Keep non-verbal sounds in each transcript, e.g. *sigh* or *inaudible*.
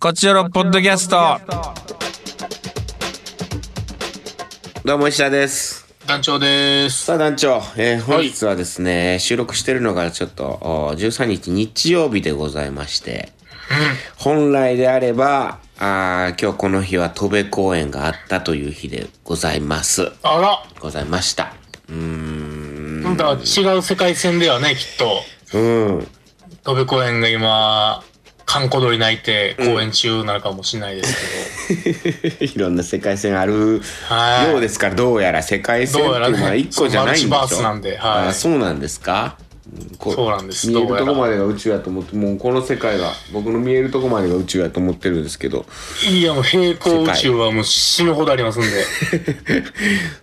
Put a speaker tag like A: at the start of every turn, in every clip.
A: こちらのポッドキャスト。
B: どうも石田です。
C: 団長です。
B: さあ団長、えー本日はですね、収録してるのがちょっとお13日日曜日でございまして、本来であれば、あー今日この日は戸部公演があったという日でございます。
C: あら、
B: ございました。うーん。
C: なんか違う世界線ではね、きっと。
B: うん。
C: 戸部公園が今、閑古鳥鳴いて公演中なのかもしれないで
B: *laughs*
C: す
B: いろんな世界線ある
C: *laughs* はい
B: ようですから、どうやら世界線っていうの
C: どうやら
B: は
C: ね
B: 一個じゃないんでしょ
C: マルチバースなんではい
B: あそうなんですかんこ
C: そうなんです
B: 見えるとこ
C: どうやら
B: までが宇宙やと思って、もうこの世界が、僕の見えるとこまでが宇宙やと思ってるんですけど、
C: けど。いや、もう平行宇宙はもう死ぬほどありますんで。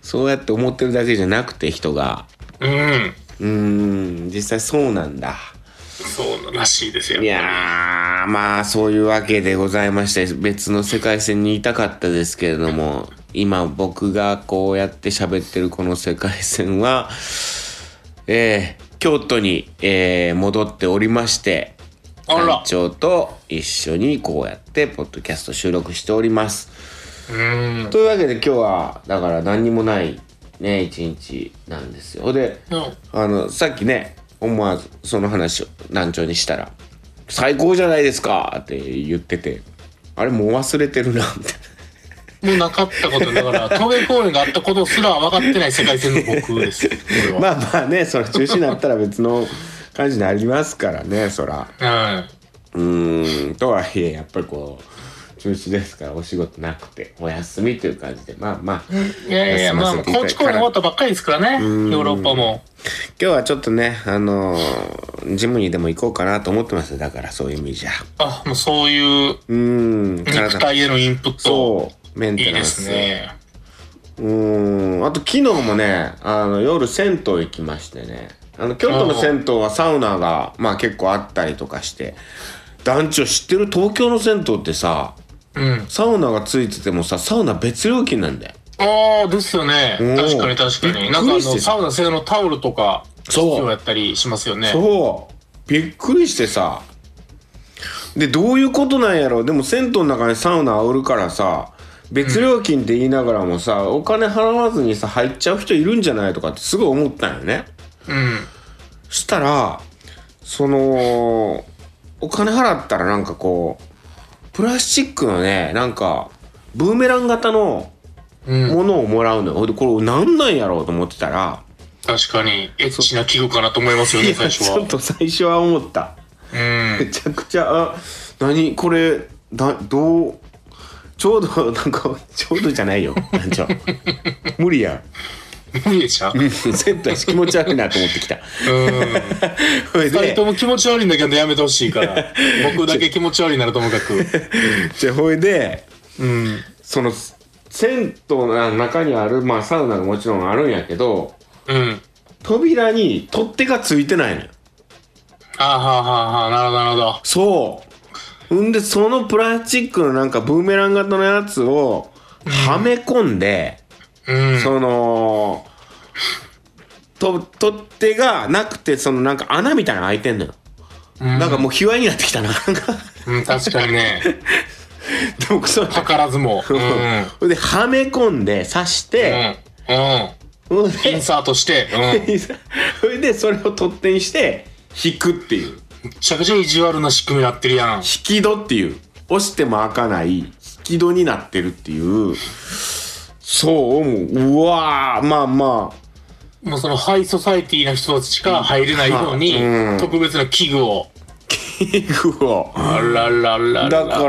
B: そうやって思ってるだけじゃなくて人が、
C: うん。
B: うーん、実際そうなんだ。
C: そうらしいですよ。
B: いやー、まあそういうわけでございまして、別の世界線にいたかったですけれども、今僕がこうやって喋ってるこの世界線は、えー、京都に、えー戻っておりまして、
C: あら
B: 団長と一緒にこうやってポッドキャスト収録しております。
C: うん。
B: というわけで今日は、だから何にもないね、一日なんですよ。で、あの、さっきね、思わずその話を団長にしたら、最高じゃないですかって言ってて、あれもう忘れてるな、みたい
C: もうなかったことだから、 *laughs* 戸部公園があったことすら分かってない世界線の僕 *laughs* です。これ
B: な。
C: は。
B: *laughs* まあまあね、そら中止になったら別の感じになりますからね、そら。
C: うん。
B: うーん、とはいえ、やっぱりこう、中止ですからお仕事なくて、お休みという感じで、まあまあ、
C: いやいや、
B: 休
C: ま
B: ま
C: あ、
B: せ
C: もう
B: ていた
C: 高
B: だ
C: 知
B: き
C: 公演終わったばっかりですからね、ヨーロッパも。
B: 今日はちょっとね、あのージムにでも行こうかなと思ってますよだからそういう意味じゃ。
C: あ、もうそういう
B: うーん、
C: 肉体へのインプット。
B: そう、メン
C: い
B: テ
C: い
B: ナ
C: で
B: ン
C: す
B: ス。
C: ね。
B: うーんあと昨日もねあの夜銭湯行きましてねあの京都の銭湯はサウナがまあ結構あったりとかして団長知ってる東京の銭湯ってさ
C: うん。
B: サウナがついててもさサウナ別料金なんだよ
C: ああ、ですよね。
B: おー
C: 確かに確か
B: びっくり
C: に。なんかあの、
B: して
C: サウナ専用のタオルとか、
B: そう
C: やったりしますよね。
B: そうびっくりしてさでどういうことなんやろうでも銭湯の中にサウナあおるからさ別料金って言いながらもさ、お金払わずにさ入っちゃう人いるんじゃないとかってすごい思ったんよね
C: うん。
B: したらそのお金払ったらなんかこうプラスチックのねなんかブーメラン型の
C: うん。
B: ものをもらうのよ、ほんでこれ何なんやろうと思ってたら
C: 確かに、エッチな器具かなと思いますよ
B: い
C: ね、
B: や
C: 最初
B: ちょっ
C: は。
B: と最初は思った
C: う
B: め
C: ん。
B: ちゃくちゃあ何これだどうちょうどなんかちょうどじゃないよ団長
C: *laughs*
B: 無理や
C: 無理でした。うん。
B: セットやし気持ち悪いなと思ってきた *laughs* それ
C: 二人
B: で
C: とも気持ち悪いんだけどやめてほしいから。僕だけ気持ち悪いならともかく。
B: *laughs* じゃあほいで
C: うん。
B: その銭湯の中にある、まあ、サウナがもちろんあるんやけど
C: うん。
B: 扉に取っ手がついてないのよ
C: あーはあはあはあ、なるほど、なるほど。
B: そうほんでそのプラスチックのなんかブーメラン型のやつをはめ込んで、
C: うん。
B: そのと取っ手がなくてそのなんか穴みたいなの開いてんのよ、
C: うん
B: なんかもう卑猥になってきたななんか *laughs*
C: うん、確かにね。
B: でもそう
C: 図らずも。うん。うん。
B: ほん *laughs* ではめ込んで刺して、
C: うん。
B: ほんで
C: インサートして、うん。
B: *laughs* それでそれを取っ手にして引くっていう
C: めちゃくちゃ意地悪な仕組みになってるやん
B: 引。き戸っていう押しても開かない引き戸になってるっていうそうもううわーまあまあ
C: もうそのハイソサイティな人たちしか入れないように
B: うん、
C: 特別な器具を。
B: 器具を
C: あらららら。
B: だから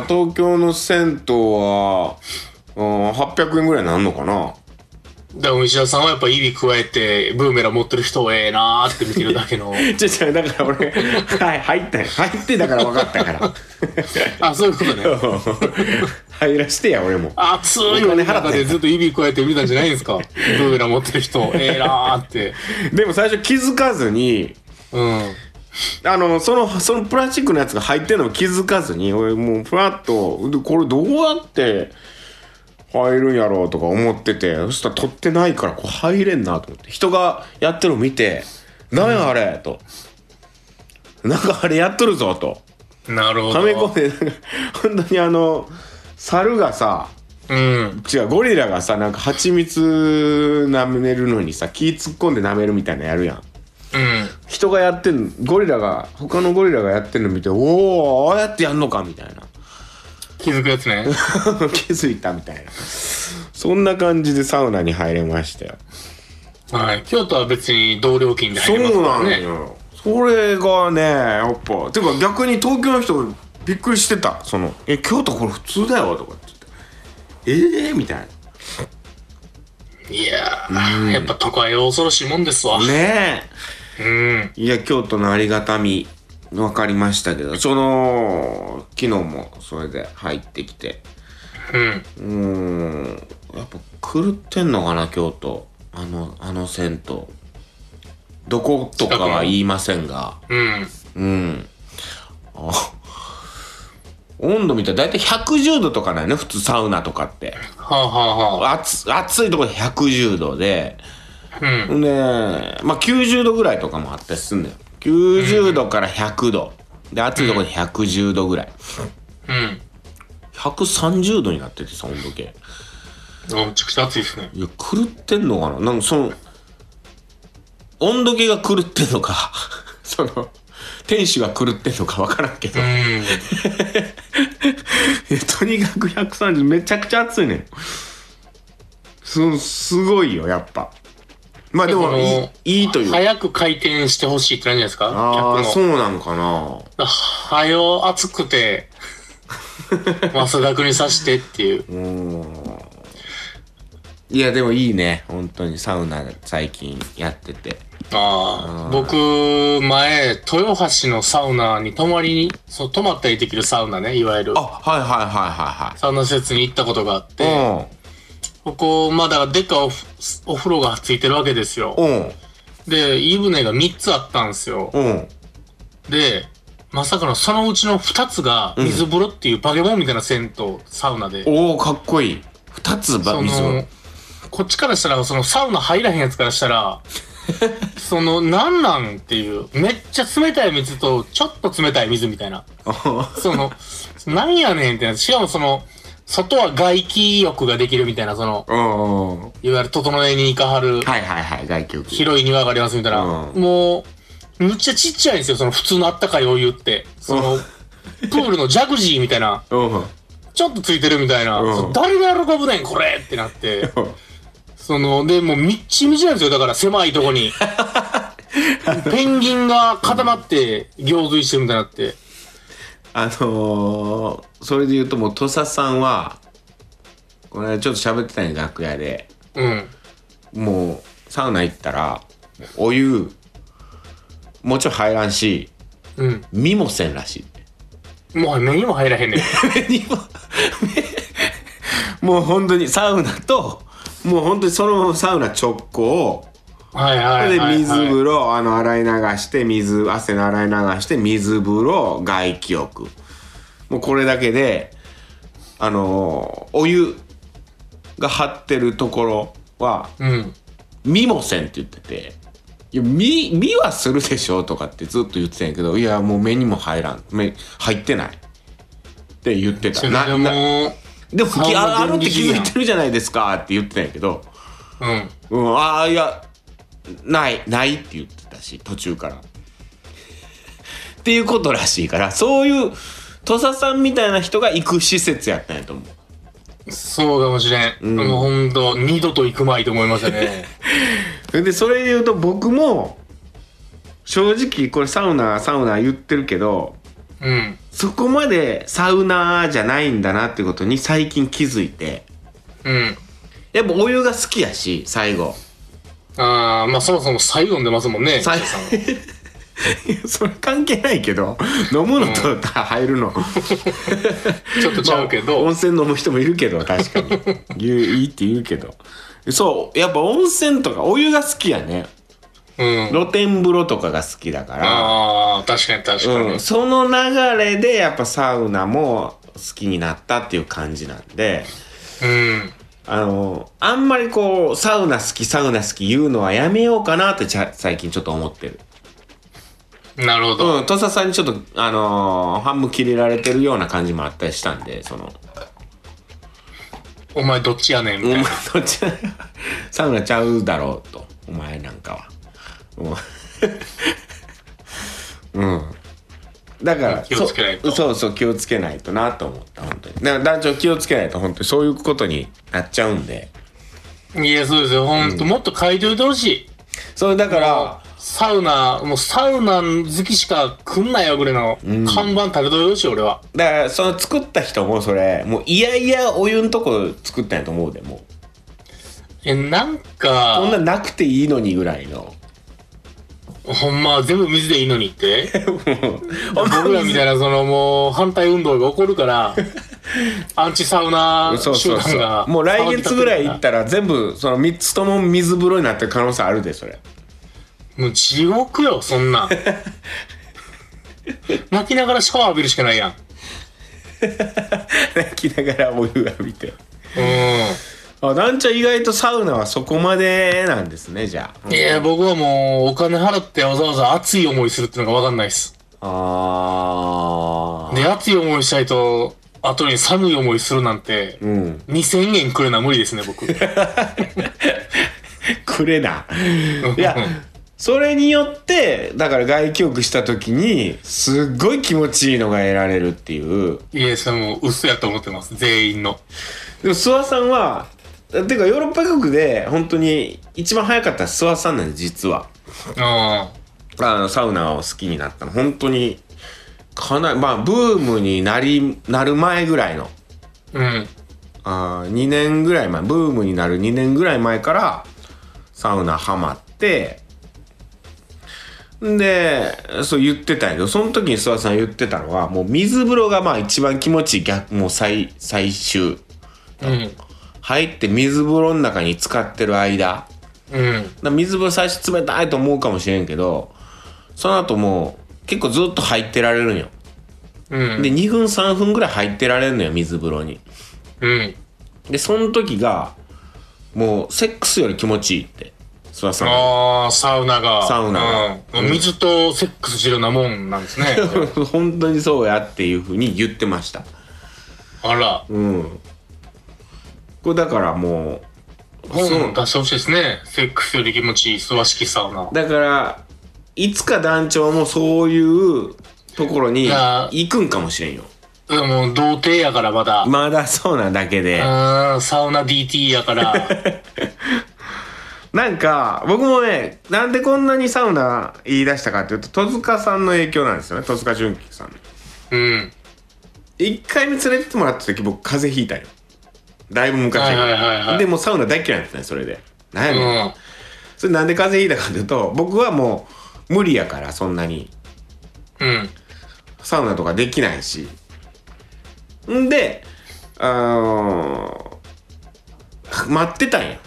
B: ら東京の銭湯は、うん、800円ぐらいなんのかな
C: でも石田さんはやっぱ指加えて、ブーメラン持ってる人をええなーって見てる
B: *laughs*
C: だけの。
B: ちょちょだから俺はい入ったよ入ってだから分かったから *laughs*
C: あ、そういうことね。
B: 入らしてや俺も
C: 熱いお
B: お金払って
C: 金
B: んだ
C: 中でずっと指加えて見たんじゃないですか。ブーメラン持ってる人、ええなーって。
B: でも最初気づかずに
C: うん。
B: あの、その、そのプラスチックのやつが入ってるのも気づかずに、俺もうふらっと、でこれどうやって入るんやろうとか思ってて、そしたら取ってないからこう入れんなと思って、人がやってるの見て、なんやあれと。なんかあれやっとるぞと。
C: なるほど。
B: カメコで *laughs* なんか本当にあの猿がさ
C: うん。
B: 違うゴリラがさなんか蜂蜜舐めるのにさ気突っ込んで舐めるみたいなのやるやん
C: うん。
B: 人がやってんのゴリラが他のゴリラがやってんの見ておおああやってやんのかみたいな *laughs*
C: 気づくやつね。
B: 気づいたみたいなそんな感じでサウナに入れましたよ
C: はい。京都は別に同料金で
B: そ
C: 入れます
B: う
C: か
B: な
C: ら
B: ん
C: ね。
B: よそれがねやっぱてか逆に東京の人びっくりしてたその「え京都これ普通だよ」とかって言って「ええー」みたいない
C: やー、やっぱ都会は恐ろしいもんですわ。
B: ねえ
C: うん。
B: いや、京都のありがたみ、わかりましたけど、その、昨日もそれで入ってきて。
C: うん。
B: うーん、やっぱ狂ってんのかな、京都。あの、あの銭湯。どことかは言いませんが、
C: うん。
B: うん。あ温度見たら大体110度とかないね、普通サウナとかって。
C: はあ、はあはあ、
B: 暑暑いところで110度で、
C: うん。
B: ねえ、まあ、90度ぐらいとかもあったりすんのよ。90度から100度。で、暑いとこで110度ぐらい。
C: うん。
B: 130度になっててさ、温度計。
C: おめちゃくちゃ暑いですね。
B: いや、狂ってんのかななんかその、温度計が狂ってんのか、 *laughs* その、天使が狂ってんのかわからんけど。
C: う
B: いや
C: ん。
B: とにかく130、めちゃくちゃ暑いねん。す、すごいよ、やっぱ。まあでも、い
C: でも
B: いいいというか。
C: 早く回転してほしいってなんじゃないですか
B: ああ、
C: 客
B: そ
C: の。
B: うなんかな。
C: はよ、暑く
B: *laughs*
C: て、汗だくにさしてっていう。
B: いやでもいいね本当にサウナ最近やってて
C: ああ、僕、前、豊橋のサウナに泊まりに、そう、泊まったりできるサウナね、いわゆる
B: あ。はいはいはい
C: サウナ施設に行ったことがあっ
B: はい
C: て、ここ、まあだからでっかいおふお風呂がついてるわけですよ。
B: はい
C: で、湯船が3つあったんですよ。
B: うんうんうん
C: で、まさかのそのうちの2つが、水風呂っていうバケモンみたいな銭湯、サウナで。
B: おおかっこいい二つば
C: そ
B: 水を
C: の、こっちからしたら、そのサウナ入らへんやつからし
B: *laughs*
C: たら、その、なんなんっていう、めっちゃ冷たい水と、ちょっと冷たい水みたいな。その、なんやねんってな。しかもその、外は外気浴ができるみたいな、その、
B: うんはい
C: わゆる整えに行かはる、
B: いはいはい外局
C: 広い庭がありますみたいな。
B: う
C: もう、むっちゃちっちゃいんですよ、その普通のあったかいお湯って。その、プールのジャグジーみたいな、
B: うんうん
C: ちょっとついてるみたいな。
B: うん
C: そう誰が喜ぶねん、これってなって。その、で、もう、みっちみちなんですよ。だから、狭いとこに。ペンギンが固まって、行水してるみたいになって。
B: あのー、それで言うともう土佐さんはこれちょっと喋ってたんや楽屋で
C: うん。
B: もうサウナ行ったらお湯もちろん入らんし
C: うん。
B: 見もせんらしい
C: もう、目にも入らへんねん。
B: にももう本当にサウナともう本当にそのままサウナ直行
C: はいはいはい、
B: で
C: はい。
B: 水風呂あの洗い流して水汗の洗い流して水風呂外気浴もうこれだけであのーお湯が張ってるところは
C: うん。
B: 見もせんって言ってて。いや見見はするでしょとかってずっと言ってたんやけどいやもう目にも入らん目入ってないって言って
C: そ
B: た
C: れ
B: な
C: で
B: な
C: も、
B: でもきああ
C: サウ
B: るって
C: ナ電
B: 気
C: 気機
B: づ
C: や
B: い
C: ん
B: てるじゃないですかって言ってたんやけど、
C: うん。
B: うん、ああいやないないって言ってたし途中から。っていうことらしいからそういう土佐さんみたいな人が行く施設やったんやと思う。
C: そうかもしれん。もうほんと、二度と行くまいと思いましたね。
B: それでそれで言うと僕も正直これサウナサウナ言ってるけど
C: うん。
B: そこまでサウナじゃないんだなってことに最近気づいて
C: うん。
B: やっぱお湯が好きやし最後。
C: ああ、まあそもそも最後に出ますもんね。
B: 最
C: 北さんは
B: いやそれ関係ないけど飲むのと入るの、
C: ちょっとちゃうけど。
B: 温泉飲む人もいるけど確
C: *laughs*
B: かに言ういいって言うけどそうやっぱ温泉とかお湯が好きやね
C: うん。
B: 露天風呂とかが好きだから、
C: ああ、確かに確かに。
B: うん、その流れでやっぱサウナも好きになったっていう感じなんで
C: うん。
B: あのあんまりこうサウナ好きサウナ好き言うのはやめようかなってちゃ最近ちょっと思ってる
C: なるほど。
B: うん、土佐さんにちょっと、あのー、半分切れられてるような感じもあったりしたんで、その、
C: お前どっちやねん
B: お
C: みたい
B: 前
C: な。
B: どっちサウナちゃうだろうと、お前なんかは。うん。うんだから
C: 気をつけないと
B: そそうそう気をつけないとなと思った本当にだから団長気をつけないと本当にそういうことになっちゃうんで
C: いや、そうですよ。ほんと、もっと書いておいてほしい。
B: それだから
C: サウナ、もうサウナ好きしか来んなよぐらいの看板食べといてほしい、俺は。
B: だからその作った人もそれもういやいやお湯んとこ作ったんやと思うでもう
C: え、なん
B: こんな
C: か、
B: なくていいのにぐらいの
C: ほんま全部水でいいのにって。
B: *laughs*
C: 僕
B: 僕
C: らみたいな、そのもう反対運動が起こるから、
B: *laughs*
C: アンチサウナ
B: そう
C: 集
B: そう
C: 団
B: そ
C: が。
B: うもう来月ぐらい行ったら全部その3つとも水風呂になってる可能性あるでそれ
C: もう地獄よ、そん
B: *laughs*
C: なん。泣きながらシャワー浴びるしかないやん。
B: *laughs* 泣きながらお湯浴びて
C: う
B: あ団長意外とサウナはそこまでなんですねじゃあ
C: ん。いや、僕はもうお金払ってわざわざ熱い思いするってのがわかんないです。
B: あー
C: で、熱い思いしたいと、後に寒い思いするなんて、
B: うん
C: 2000円くれな無理ですね、
B: *laughs*
C: 僕。
B: くれ *laughs* ないやそれによってだから外気浴した時にすっごい気持ちいいのが得られるっていう
C: いや、それもう嘘やと思ってます、全員の。
B: でも諏訪さんはていうかヨーロッパ国で本当に一番早かったのは諏訪さんなんです実は
C: うん。
B: あのサウナを好きになったの本当にかなりまあブームになりなる前ぐらいの
C: うん。
B: あ2年ぐらい前ブームになる2年ぐらい前からサウナハマってんでそう言ってたんやけどその時に諏訪さん言ってたのはもう水風呂がまあ一番気持ちいい逆もう最最終
C: うん。
B: 入って水風呂の中に浸かってる間
C: うん。
B: だから水風呂最初冷たいと思うかもしれんけどその後もう結構ずっと入ってられるんよ
C: うん。
B: で2分3分ぐらい入ってられるのよ水風呂に
C: うん。
B: でその時がもうセックスより気持ちいいって諏訪さんが
C: ああ、サウナが。
B: サウナが
C: うん。水とセックスしてるようなもんなんですね。
B: *laughs* 本当にそうやっていうふうに言ってました
C: あら、
B: うんこれだからもう
C: 本を出してほしいですね。セックスより気持ちいい、諏訪式サウナ。
B: だからいつか団長もそういうところに
C: いや
B: 行くんかもしれんよ
C: でも、童貞やからまだ。
B: まだそうなだけで
C: うん、サウナ DT
B: *laughs*
C: やから。
B: なんか僕もねなんでこんなにサウナ言い出したかっていうと戸塚さんの影響なんですよね戸塚純喜さんの
C: うん。
B: 1回目連れてってもらった時僕風邪ひいたよだいぶ昔
C: は
B: に
C: いはいはいはい。
B: でもうサウナ大嫌いなんですねそれでなんやねん、
C: うん。
B: それなんで風邪ひいたかっていうと僕はもう無理やからそんなに
C: うん。
B: サウナとかできないしんであのー待ってたんや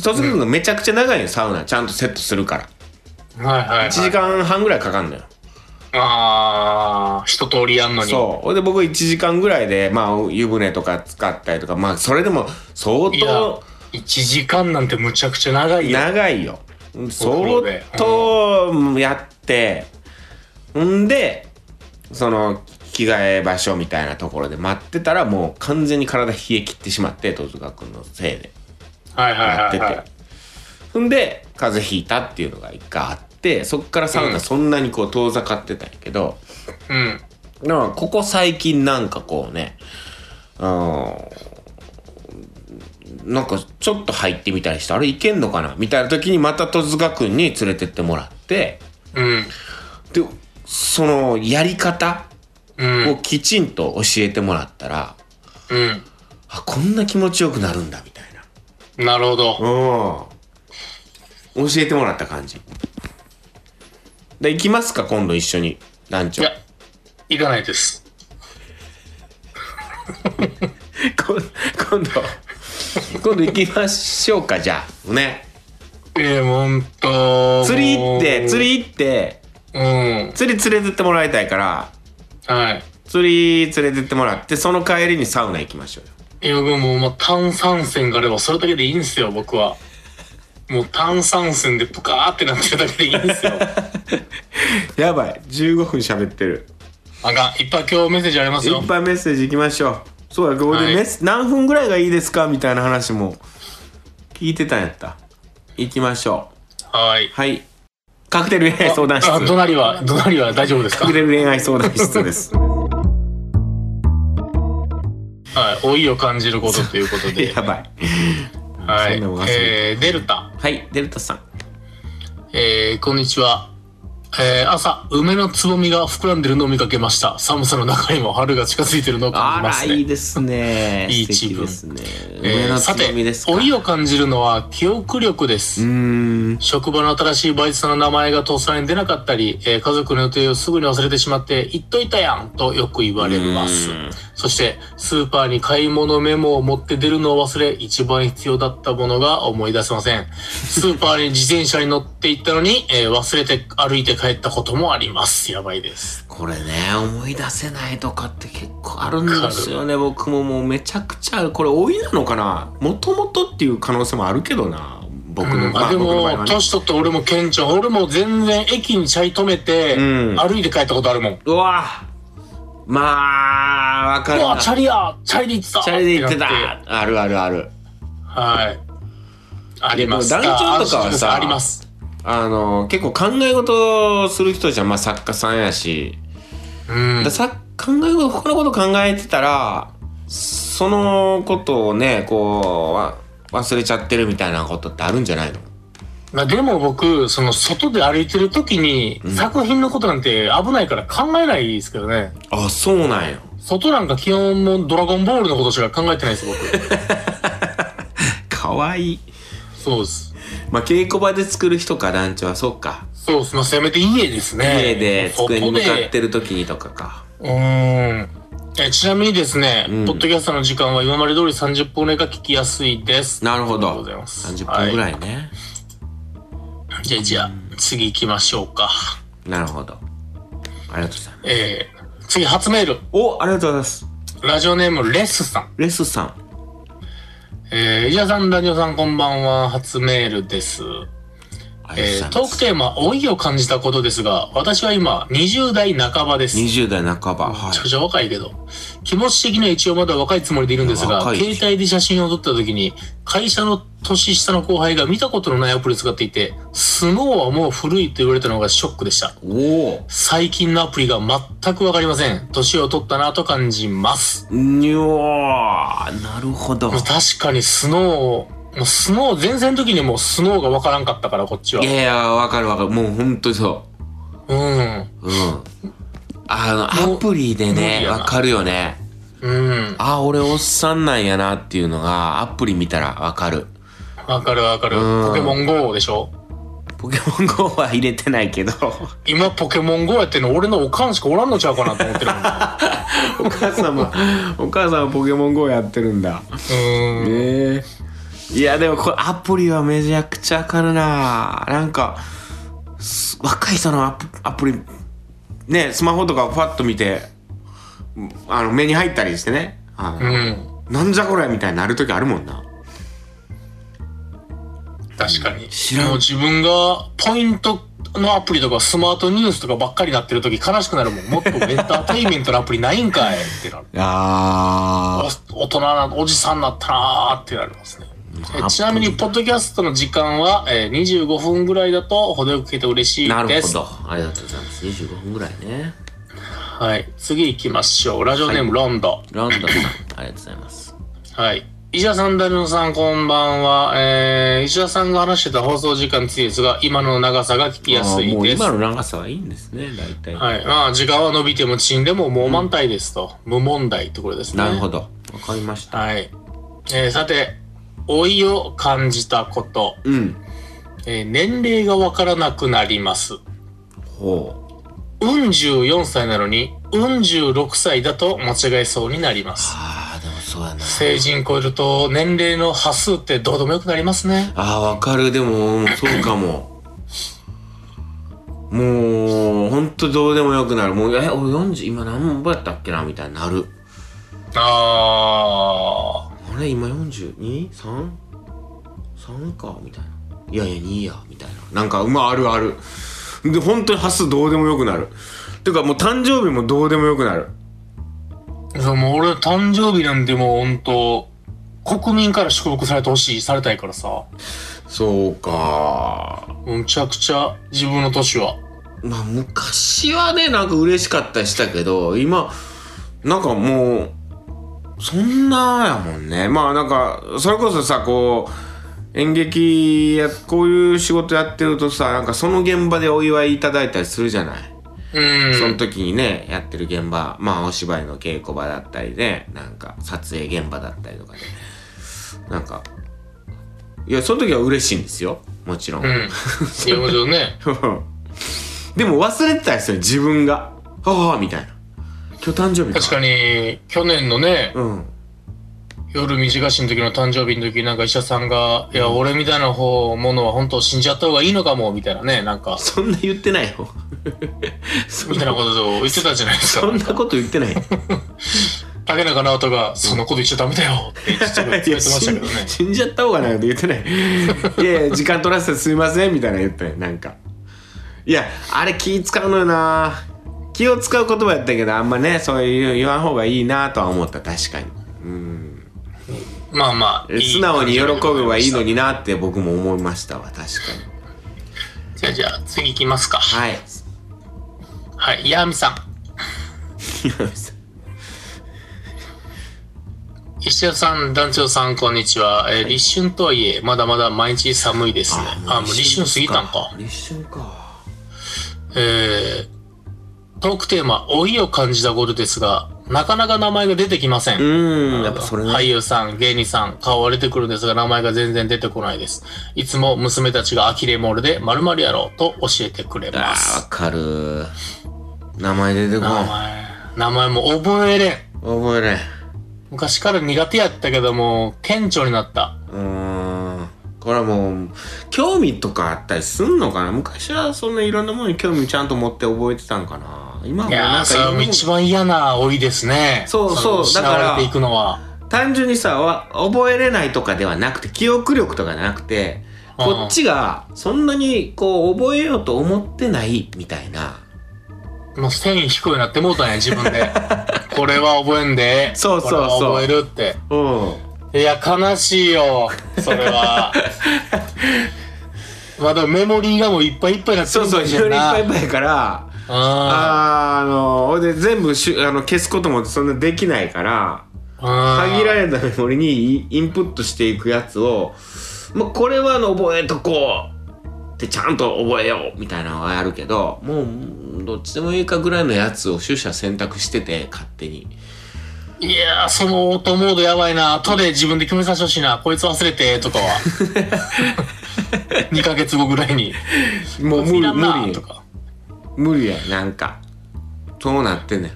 B: そうするのめちゃくちゃ長いよ、サウナちゃんとセットするから
C: はいはい、はい。
B: 1時間半ぐらいかかんのよ
C: ああ、一通りやんのに。
B: そう。ほんで僕1時間ぐらいで、まあ、湯船とか使ったりとか、まあ、それでも相
C: いや
B: 当、
C: 1時間なんてむちゃくちゃ長いよ。
B: 長いよ。
C: 風呂
B: 相
C: で
B: 当やって、んで、その、着替え場所みたいなところで待ってたら、もう完全に体冷え切ってしまって、戸塚君のせいで。
C: はいはい
B: やっ
C: は
B: て
C: い、
B: て。
C: はい。
B: ほんで、風邪ひいたっていうのが一回あって、そっからサウナそんなにこう遠ざかってたんやけど、
C: うん。
B: だからここ最近なんかこうね、うん、なんかちょっと入ってみたりして、あれいけんのかなみたいな時にまた戸塚くんに連れてってもらって、
C: うん。
B: で、そのやり方
C: うん。
B: をきちんと教えてもらったら、
C: うん。
B: あ、こんな気持ちよくなるんだ、みたいな。
C: なるほど。
B: うん。教えてもらった感じ。で、行きますか今度一緒に。団
C: い
B: 長。
C: や、行かないです。
B: こん今度、 *laughs* 今度行きましょうか、じゃあ。ね。
C: ええほんと。
B: 釣り行って、釣
C: り。
B: り行って、
C: うん。
B: 釣り連れてってもらいたいから、
C: はい。
B: 釣り連れてってもらって、その帰りにサウナ行きましょうよ。
C: いや、僕もう、まあ、炭酸泉があれば、それだけでいいんすよ、僕は。もう炭酸泉でプカーってなってるだけでいいん
B: *laughs*
C: ですよ。
B: やばい15分喋ってる
C: あかん。いっぱい今日メッセージあります
B: い
C: よ
B: っ。ぱいメッセージいきましょうそうだこれ
C: は
B: で
C: い
B: メス、何分ぐらいがいいですかみたいな話も聞いてたんやったいきましょ
C: はい。
B: うはいカクテル恋愛相談室
C: あ、
B: カ
C: 隣は、隣は大丈夫ですか
B: クテル恋愛相談室です *laughs*
C: はい。老いを感じることということで。
B: やばい
C: は
B: そん
C: い
B: なもん忘れ。て
C: えー、デルタ。
B: はいデルタさん
C: えー、こんにちは。えー、朝、梅のつぼみが膨らんでるのを見かけました。寒さの中にも春が近づいてるのを
B: あ
C: 感じま
B: ら
C: す
B: いい
C: ね。
B: ですね
C: いい
B: 素敵
C: 一文
B: ですね
C: え
B: 梅
C: ー
B: のつ
C: さ
B: ぼみで
C: て
B: す、か
C: 老いを感じるのは記憶力です
B: う。ーん
C: 職場の新しいバイトさんの名前がとっさに出なかったり、えー家族の予定をすぐに忘れてしまって、言っといたやんとよく言われます
B: うん。
C: そして、スーパーに買い物メモを持って出るのを忘れ、一番必要だったものが思い出せません。スーパーに自転車に乗って行ったのに、えー忘れて歩いて帰ったこともあります。やばいです。
B: これね思い出せないとかって結構あるんですよね僕ももうめちゃくちゃあるこれ老いなのかなもともとっていう可能性もあるけどな僕の,、
C: うんあ、で
B: 僕の場合
C: も、
B: はね
C: 年取って俺も顕著。俺も全然駅にチャリ止めて、
B: うん
C: 歩いて帰ったことあるもん。
B: うわまあわか
C: う
B: る
C: わ
B: な、
C: チャリやチャリで行ってた
B: チャリで行って
C: な
B: たあるあるある
C: はい。あります。
B: でも団長とかはさ
C: あります。
B: あの結構考え事をする人じゃん、まあ、作家さんやし
C: うん
B: だ。さ考え事他のこと考えてたらそのことをねこうわ忘れちゃってるみたいなことってあるんじゃないの
C: まあでも僕、その外で歩いてる時に、作品のことなんて危ないから考えないですけどね。
B: あそうなんや
C: 外なんか基本もうドラゴンボールのことしか考えてないです、僕。
B: *laughs* かわいい
C: そうです。
B: まあ稽古場で作る人か団長はそうか
C: そうです。まあせめて家ですね。
B: 家で机に
C: 外
B: 向かっ
C: で。
B: てる時にとかか
C: うーん。えちなみにですね、
B: うん
C: ポッドキャストの時間は今まで通り30分おが聞きやすいです。
B: なるほど
C: ありがとうございます
B: 30分ぐらいね、
C: じゃあ、じゃあ、次行きましょうか。
B: なるほどありがとうございます
C: えー、次、初メール。
B: おありがとうございます
C: ラジオネーム、レスさん。
B: レスさん
C: えー、イヤさん、ダニオさん、こんばんは。初メールです。
B: あり
C: え
B: が
C: ー、
B: と
C: ト
B: うご
C: ーク
B: ざいます、
C: テーマ、老いを感じたことですが、私は今、20代半ばです。め
B: 20代半ばはい
C: ちゃくちゃ若いけど。気持ち的には一応まだ若いつもりでいるんですが、
B: 若い
C: 携帯で写真を撮った時に、会社の年下の後輩が見たことのないアプリを使っていて、スノーはもう古いと言われたのがショックでした。
B: おお
C: 最近のアプリが全くわかりません。年を取ったなと感じます。
B: にょーなるほど
C: まあ確かにスノー、もうスノー、前線の時にもうスノーが分からんかったから、こっちは。
B: いやいやわかるわかるもう本当にそ
C: うん。
B: ううんあの
C: もう
B: アプリで
C: 無理
B: ね
C: やな
B: わかるよね
C: うん。
B: あ俺おっさんなんやなっていうのがアプリ見たらわかる
C: 分かる分かる。
B: うん
C: ポケモン GO でしょ
B: ポケモン GO は入れてないけ *laughs* ど
C: 今ポケモン GO やってんの俺のおかんしかおらんのちゃうかなと思ってるもんな
B: お母様お母様ポケモン GO やってるんだ
C: うん。
B: *laughs* ええいやでもこれアプリはめちゃくちゃわかるななんかす若い人のアプアプリねスマホとかパッと見てうんあの目に入ったりしてねあ
C: う
B: の
C: ん。
B: なんじゃこれみたいになる時あるもんな
C: 確かに。
B: 知らん
C: もう自分がポイントのアプリとかスマートニュースとかばっかりなってる時悲しくなるもん。もっとエンターテインメントのアプリないんかいってなる。
B: あ
C: お大人な、おじさんになったなーってなりますね。えちなみに、ポッドキャストの時間は、えー25分ぐらいだと程よく聞けて嬉しいです。
B: なるほどありがとうございます25分ぐらいね
C: はい。次行きましょう。ラジオネーム、ロンド。
B: ランダさんありがとうございます
C: はい。石田さん、ダニオさん、こんばんは。えー、石田さんが話してた放送時間についてですが、今の長さが聞きやす
B: あー
C: い
B: もう
C: です。
B: 今
C: は
B: の長さはいいんですね大体、
C: い。まあ、時間は伸びても縮んでも、もう満体ですと。無問題ってことですね。
B: なるほどわかりました
C: はい。えー、さて、老いを感じたこと。
B: うん
C: えー年齢がわからなくなります。
B: ほう
C: うん14歳なのに、うん16歳だと間違えそうになります。
B: あーでもそうやな
C: 成人超えると年齢の波数ってどうでもよくなりますね。
B: あーわかるでもうんそうかももうほんとどうでもよくなるもうえ俺40今何本やったっけなみたいになる
C: あ
B: あれ今 42?33? かみたいないやいや2位やみたいななんかまああるあるで本当に端数どうでもよくなるていうかもう誕生日もどうでもよくなる
C: そう、もう俺誕生日なんてもう本当国民から祝福されてほしい、されたいからさ。
B: そうか
C: むちゃくちゃ自分の年は。
B: まあ昔はねなんか嬉しかったりしたけど今なんかもうそんなやもんねまあなんかそれこそさこう演劇やこういう仕事やってるとさなんかその現場でお祝いいただいたりするじゃない
C: うん。
B: その時にね、やってる現場、まあお芝居の稽古場だったりね、なんか撮影現場だったりとかね、なんか、いや、その時は嬉しいんですよ、もちろん。
C: うん。いや、もちろんね。
B: でも忘れてたんですよ、自分が。はあ、みたいな。今日誕生日
C: 確かに、去年のね、
B: うん。
C: 夜短しの時の誕生日の時、なんか医者さんが、いや、俺みたいな方、ものは本当死んじゃった方がいいのかも、みたいなね、なんか、
B: そんな言ってないよ。そ
C: みたいなことを言ってたじゃないです
B: そ
C: か
B: ん。なこと言って
C: *laughs*
B: ない。。
C: 竹中直人が、そんなこと言っちゃダメだよ、ってちょっと言ってましたけどね
B: 死んじゃった方がないって言ってないいやいや時間取らせてすいませんみたいなの言ってないなんかいやあれ気使うのよな気を使う言葉やったけどあんまねそういう言わん方がいいなとは思った確かにうん
C: まあまあ、いい
B: 素直に喜べばいいのになって僕も思いましたわ確かに
C: じゃあじゃあ、次行きますか。
B: はい
C: はい、ヤーミさん。
B: 岩見さん
C: 石田さん、団長さん、こんにちは。えー立春とはいえ、まだまだ毎日寒いですね。あ、もう立春過ぎたんか。
B: 立春か
C: えー、トークテーマ、老いを感じたことですが、なかなか名前が出てきません。
B: うんやっぱそれね、
C: 俳優さん、芸人さん、顔は出てくるんですが、名前が全然出てこないです。いつも娘たちが呆れモールで、まるやろうと教えてくれ
B: あ
C: ま
B: ーわ
C: す。
B: かる名前出てこ
C: 名
B: ない
C: 前、名前も覚えれん。
B: 覚えない
C: 昔から苦手やったけども、顕著になった。
B: うーんこれはもう興味とかあったりすんのかな昔はそんないろんなものに興味ちゃんと持って覚えてたんかな今はもう
C: いや
B: な
C: ー、
B: ん
C: それ
B: か
C: はもう一番嫌な老いですね。
B: そうそう
C: の
B: だから
C: 失われていくのは。
B: 単純にさわ覚えれないとかではなくて記憶力とかじゃなくて
C: うん
B: こっちがそんなにこう覚えようと思ってないみたいな
C: もう繊維引くようになってもうたんや、自分
B: *laughs*
C: で。これは覚えんで。
B: そうそうそう
C: これは覚えるって。
B: うん
C: いや、悲しいよ、それ
B: *laughs*
C: は。まあでもメモリーがもういっぱいいっぱいになって
B: そう
C: る
B: そう
C: か
B: い
C: もし
B: ろ
C: れ
B: いろ
C: ん
B: いっ
C: な
B: ぱいいっぱいやから
C: あ
B: あーあのほいで全部しゅあの消すこともそんなできないから
C: あ
B: 限ら
C: れ
B: れたメモリにイインプットしていくやつを、まあ、これはあの覚えとこうってちゃんと覚えようみたいなのはあるけどもうどっちでもいいかぐらいのやつを取捨選択してて勝手に
C: いやー、そのオートモードやばいな。後で自分で決めさせてほしいな。こいつ忘れて、とかは。2ヶ月後ぐらいに。
B: もう無
C: い
B: 理
C: らんな
B: 無理
C: とか。
B: 無理やなんかそうなってんね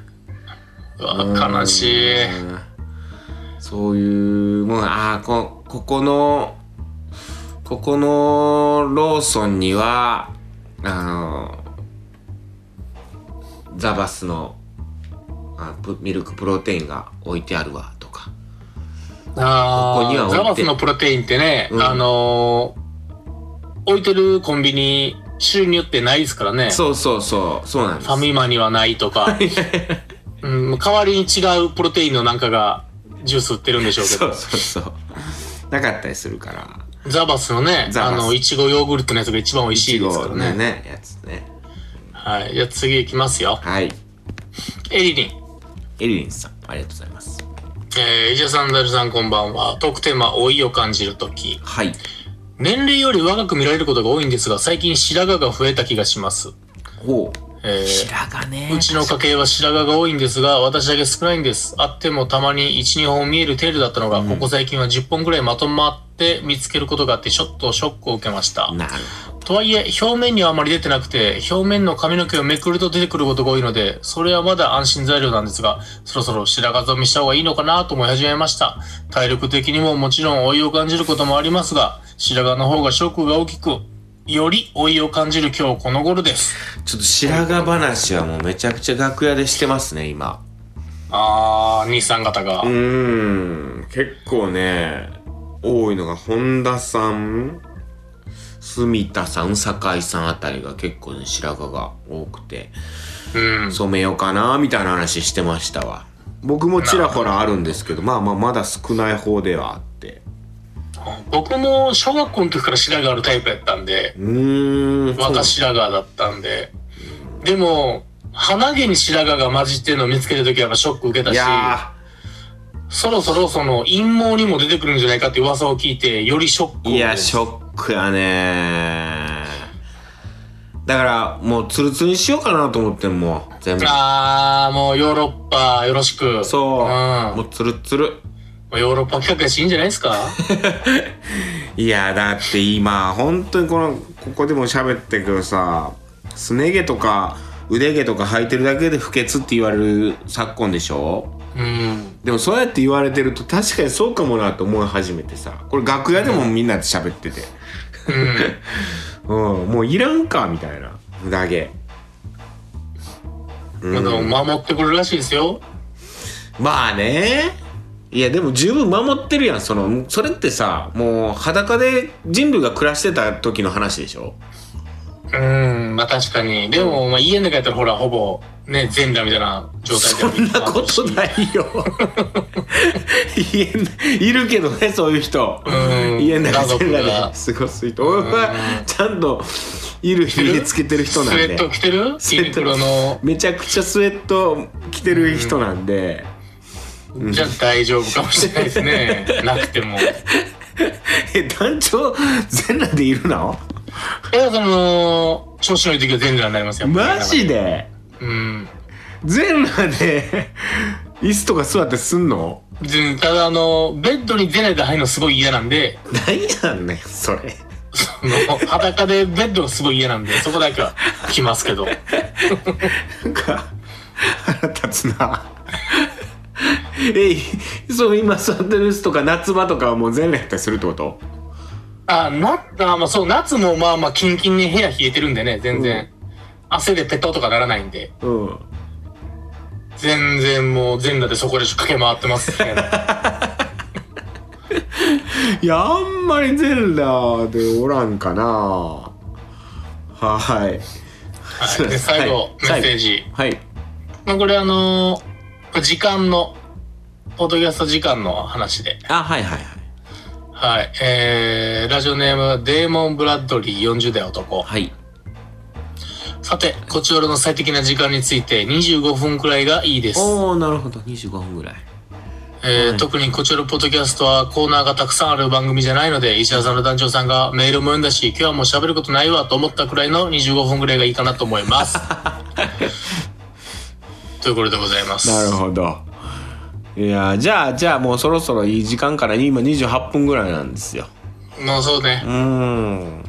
B: ん
C: うわ、悲しい。
B: うんそういうもんああこここのここのローソンにはあのザバスのあプミルクプロテインが置いてあるわとか
C: あー
B: ここには置いて
C: ザバスのプロテインってね、
B: うん
C: あのー置いてるコンビニ、種類によってないですからね。
B: そうそうそうそうなんで
C: フ
B: す
C: ァミマにはないと
B: *laughs*
C: か。うん、代わりに違うプロテインのなんかがジュース売ってるんでしょうけ
B: そ
C: ど
B: う、そうそうなかったりするから
C: ザバスのね、
B: ザ
C: あ
B: バス
C: の、いちごヨーグルトのやつが一番美味しいですか
B: いち
C: ら
B: ごの
C: ね。
B: ねやつね
C: はい。じゃあ次行きますよ。
B: はい
C: エリリン。
B: エリリンさんありがとうございます
C: えー、イジャさん、ダルさんこんばんは。特テーマ、老いを感じるとき。
B: はい
C: 年齢より若く見られることが多いんですが、最近白髪が増えた気がします。
B: ほ
C: え
B: う
C: ー、
B: 白髪ね
C: うちの家系は白髪が多いんですが、私だけ少ないんです。あってもたまに1、2本見える程度だったのが、ここ最近は10本ぐらいまとまって見つけることがあって、ちょっとショックを受けました。
B: なるほど
C: とはいえ、表面にはあまり出てなくて、表面の髪の毛をめくると出てくることが多いので、それはまだ安心材料なんですが、そろそろ白髪染めした方がいいのかなと思い始めました。体力的にももちろん老いを感じることもありますが、白髪の方がショックが大きく、より老いを感じる今日この頃です。
B: ちょっと白髪話はもうめちゃくちゃ楽屋でしてますね、今。
C: あー、兄さん方が。
B: うーん、結構ね、多いのが、本田さん、住田さん、酒井さんあたりが結構ね、白髪が多くて、
C: うん。
B: 染めようかな、みたいな話してましたわ。僕もちらほらあるんですけど、まあまあ、まだ少ない方ではあって。
C: 僕も小学校の時から白髪あるタイプやったんで、
B: うーん。
C: 若白髪だったんで。でも、鼻毛に白髪が混じってるのを見つけた時はやっぱショック受けた
B: い
C: し、
B: や
C: そろそろその陰謀にも出てくるんじゃないかって噂を聞いて、よりショックを受
B: ー、
C: け
B: いや、
C: て
B: ショックやねー。だから、もうツルツルにしようかなと思ってんもう、全部。
C: あー、もうヨーロッパよろしく。
B: そう。
C: ん。
B: も
C: も
B: うツルツル。
C: うヨーロッパ企画やしいいんじゃないですか
B: *laughs* いやだって今本当にこのここでも喋ったけどさすね毛とか腕毛とか生えてるだけで不潔って言われる昨今でしょ
C: うん。
B: でもそうやって言われてると確かにそうかもなと思い始めてさこれ楽屋でもみんなで喋ってて、
C: うん。
B: *laughs* うん、もういらんかみたいな無駄毛
C: まあでも守ってくれるらしいですよ。
B: まあねいやでも十分守ってるやんそのそれってさもう裸で人類が暮らしてた時の話でしょ
C: うん、まあ確かに。でも、まあ家の中やったらほら、ほぼ、ね、全裸みたいな状態
B: そんなこと
C: い。
B: ないよ *laughs* 家いるけどねそういう人
C: うん
B: 家の中で
C: 家族が
B: 過ごす人俺はちゃんといる日につけてる人なん
C: スウェ
B: で
C: ット着てる
B: スウ
C: ユ
B: ェッ
C: ニ
B: ト
C: クロの。
B: めちゃくちゃスウェット着てる人なんで
C: じゃあ大丈夫かもしれないですね。なくても。い *laughs*
B: え団長全裸でいるの
C: や、その、調子のいい時は全裸になりますよ。
B: マジで
C: うん。
B: 全裸で椅子とか座ってすんの
C: 全ただ、あの、ベッドに全裸で入るのすごい嫌なんで、 *laughs*
B: 何やんねんそれ
C: その裸でベッドがすごい嫌なんで、そこだけは来ますけど。
B: なんか腹立つなえいそう今座ってる椅子とか夏場とかはもう全裸やったりするってこと
C: *laughs* あ、な、あ、まあそう、夏もまあまあキンキンに部屋冷えてるんでね、全然。汗でペタッとかならないんで。
B: うん
C: 全然もう全裸でそこで駆け回ってます *laughs* ね。
B: いやあんまり全裸でおらんかなはい
C: はい、で最後、メッセージ。
B: はいはい
C: まあこれあのー時間の、ポッドキャスト時間の話で。
B: あはいはいはい
C: はい。えー、ラジオネーム、デーモン・ブラッドリー40代男。
B: はい
C: さて、こちおろの最適な時間について25分くらいがいいです。
B: おおなるほど25分ぐらい
C: えー
B: はい
C: 特にこちらのポッドキャストはコーナーがたくさんある番組じゃないので、石原さんの団長さんがメールも読んだし、今日はもう喋ることないわと思ったくらいの25分ぐらいがいいかなと思い
B: *laughs*
C: ます。ということでございます。
B: なるほどいやーじゃあじゃあもうそろそろいい時間から今28分ぐらいなんですよ
C: もうそう
B: う
C: ね。
B: ーん。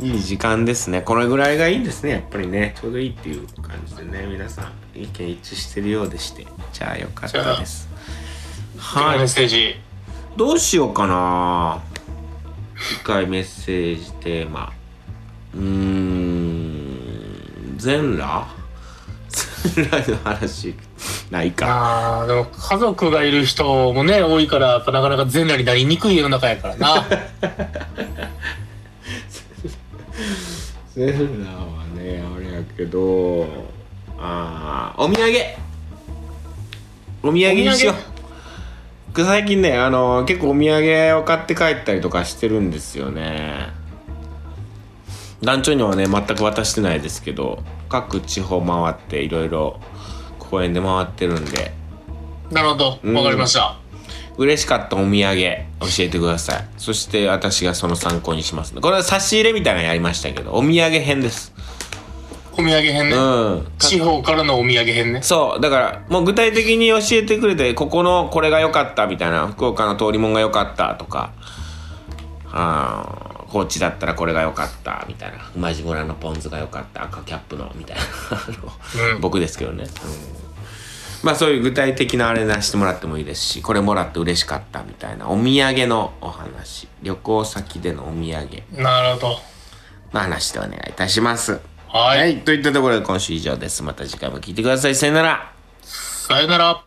B: いい時間ですね。これぐらいがいいんですね。やっぱりね。ちょうどいいっていう感じでね、皆さん意見一致してるようでして。じゃあよかったです。は
C: メッ
B: い。
C: セージ。
B: どうしようかな。次回メッセージテーマ。うーん。全裸 *laughs* 全裸の話ないか。
C: あーでも家族がいる人もね、多いから、やっぱなかなか全裸になりにくい世の中やからな。
B: 全裸はね、あれやけど。ああ、お土産お土産にしよう
C: お土。
B: 僕最近ね、あの結構お土産を買って帰ったりとかしてるんですよね団長にはね全く渡してないですけど各地方回っていろいろ公園で回ってるんで
C: なるほど。わかりました。
B: 嬉しかったお土産教えてくださいそして私がその参考にしますこれは差し入れみたいなのやりましたけどお土産編です
C: お土産編
B: う
C: ね。
B: ん
C: 地方からのお土産編ね。
B: そうだからもう具体的に教えてくれてここのこれが良かったみたいな福岡の通りもんが良かったとかあー高知だったらこれが良かったみたいな馬路村のポン酢が良かった赤キャップのみたいなあの
C: うん
B: 僕ですけどね、うんまあそういう具体的なあれなしてもらってもいいですしこれもらって嬉しかったみたいなお土産のお話旅行先でのお土産
C: なるほど。
B: の話でお願いいたします
C: はい。
B: はいといったところで今週以上ですまた次回も聞いてくださいさよなら
C: さよなら。